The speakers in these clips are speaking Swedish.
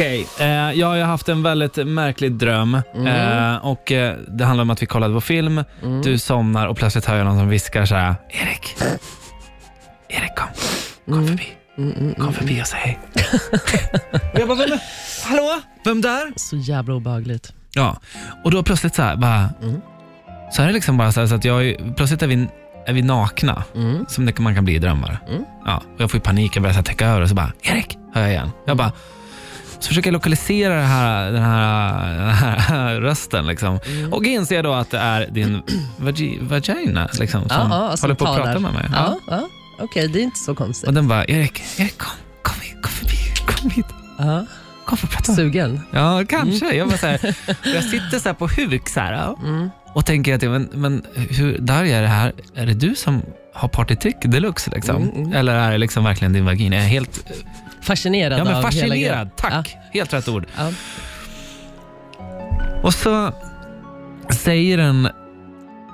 Okej, eh, jag har ju haft en väldigt märklig dröm. Eh, och eh, Det handlar om att vi kollade på film, Mm. du somnar och plötsligt hör jag någon som viskar så här. Erik, Erik kom, kom förbi. Mm, Kom förbi och säg hej. och jag bara, vem, hallå, vem där? Så jävla obehagligt. Ja, och då plötsligt så här, bara, så här är det liksom bara så, här, så att jag, är ju- plötsligt är vi, är vi nakna, som det, man kan bli i drömmar. Mm. Ja, och jag får ju panik, jag börjar så här, täcka över och så bara, Erik, hör jag igen. Jag bara, så försöker jag lokalisera det här, den, här, den här rösten liksom. Mm. och inser då att det är din vagi, vagina liksom, som håller på att talar. prata med mig. Ja, ja. Okej, det är inte så konstigt. Och den bara, Erik, Erik kom, kom, hit, kom förbi, kom hit, Ja. kom för att prata med Sugen? Ja, kanske. Mm. Jag, bara så här, och jag sitter så här på huk så här, ja, och tänker att men, men hur, där är det här, är det du som har partytrick deluxe? Liksom? Mm, Eller är det liksom verkligen din vagina? Jag är helt Fascinerad ja, men av hela grejen. fascinerad, tack. Helt rätt ord. Ja. Och så säger den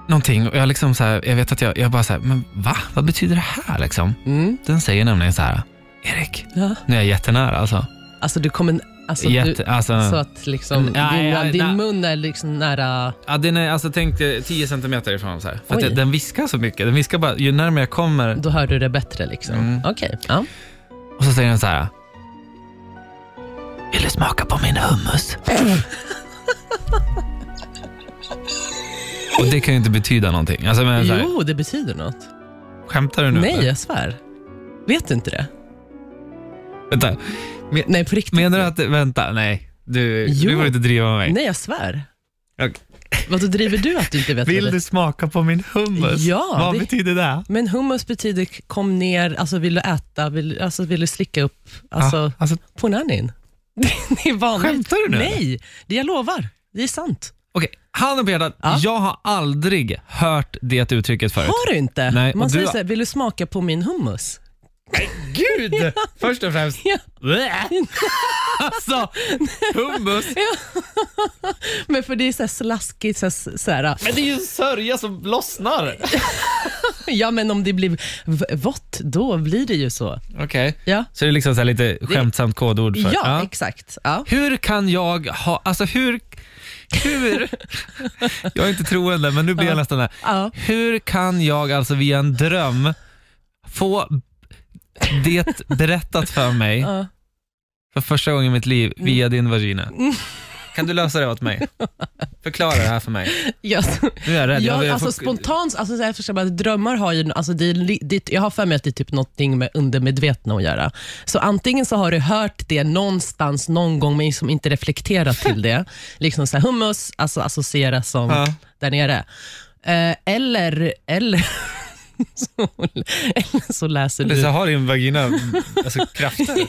någonting och jag, liksom så här, jag vet att jag, jag bara så här, men va? Vad betyder det här? Liksom? Ja. Mm. Den säger nämligen så här, Erik, Ja. nu är jag jättenära alltså. Alltså du kommer... Alltså, Jätte, du, alltså, så att liksom, Ja, din, ja, din nej. mun är liksom nära... Ja, den är, alltså, tänk dig 10 centimeter ifrån. Så här. För att Oj. det- den viskar så mycket. Den viskar bara, ju närmare jag kommer. Då hör du det bättre liksom. Mm. Okej. Ja. Och så säger den så här. Vill du smaka på min hummus? Och det kan ju inte betyda någonting. Alltså, men, så här, Jo, det betyder något. skämtar du nu? Nej, eller? jag svär. Vet du inte det? Vänta. Nej, på riktigt. Menar du att, vänta, nej. Du, du Jo. får inte driva med mig. Nej, jag svär. Okej. Vad driver du att du inte vet Vill vad det du smaka på min hummus? Ja, Vad det- betyder det? Men hummus betyder k- kom ner, alltså vill du äta, vill, alltså vill du slicka upp alltså, ja, alltså, på nannin. Det är vanligt. Skämtar du nu, Nej, det jag lovar. Det är sant. Okej, handen på hjärtat. Ja. Jag har aldrig hört det uttrycket förut. Har du inte? Nej, Man och du säger har- så här, vill du smaka på min hummus? Gud! Först och främst, Ja. Blä! alltså, hummus. Men för det är så här slaskigt. Så här, så här, Men det är ju en sörja som lossnar. ja, men om det blir v- vått, då blir det ju så. Okej. Ja, Så det är liksom så här lite skämtsamt kodord för... ja, exakt. Ja. Hur kan jag ha... Alltså hur... Hur... jag är inte troende, men nu blir jag nästan där. Ja. Hur kan jag alltså via en dröm få det berättat för mig Ja. Mm. för första gången i mitt liv via din vagina? Kan du lösa det åt mig? Förklara det här för mig. Ja, så- Nu är jag rädd. Ja, jag, jag alltså får- spontant, alltså så här, förstår man, drömmar har ju, alltså det, är li- det, jag har för mig att det är typ någonting med undermedvetna att göra. Så antingen så har du hört det någonstans någon gång men liksom inte reflekterat till det. Liksom så här, hummus, alltså associeras som Ja. där nere. Eh, eller, eller, så, eller så läser Eller du så har din vagina alltså, krafter.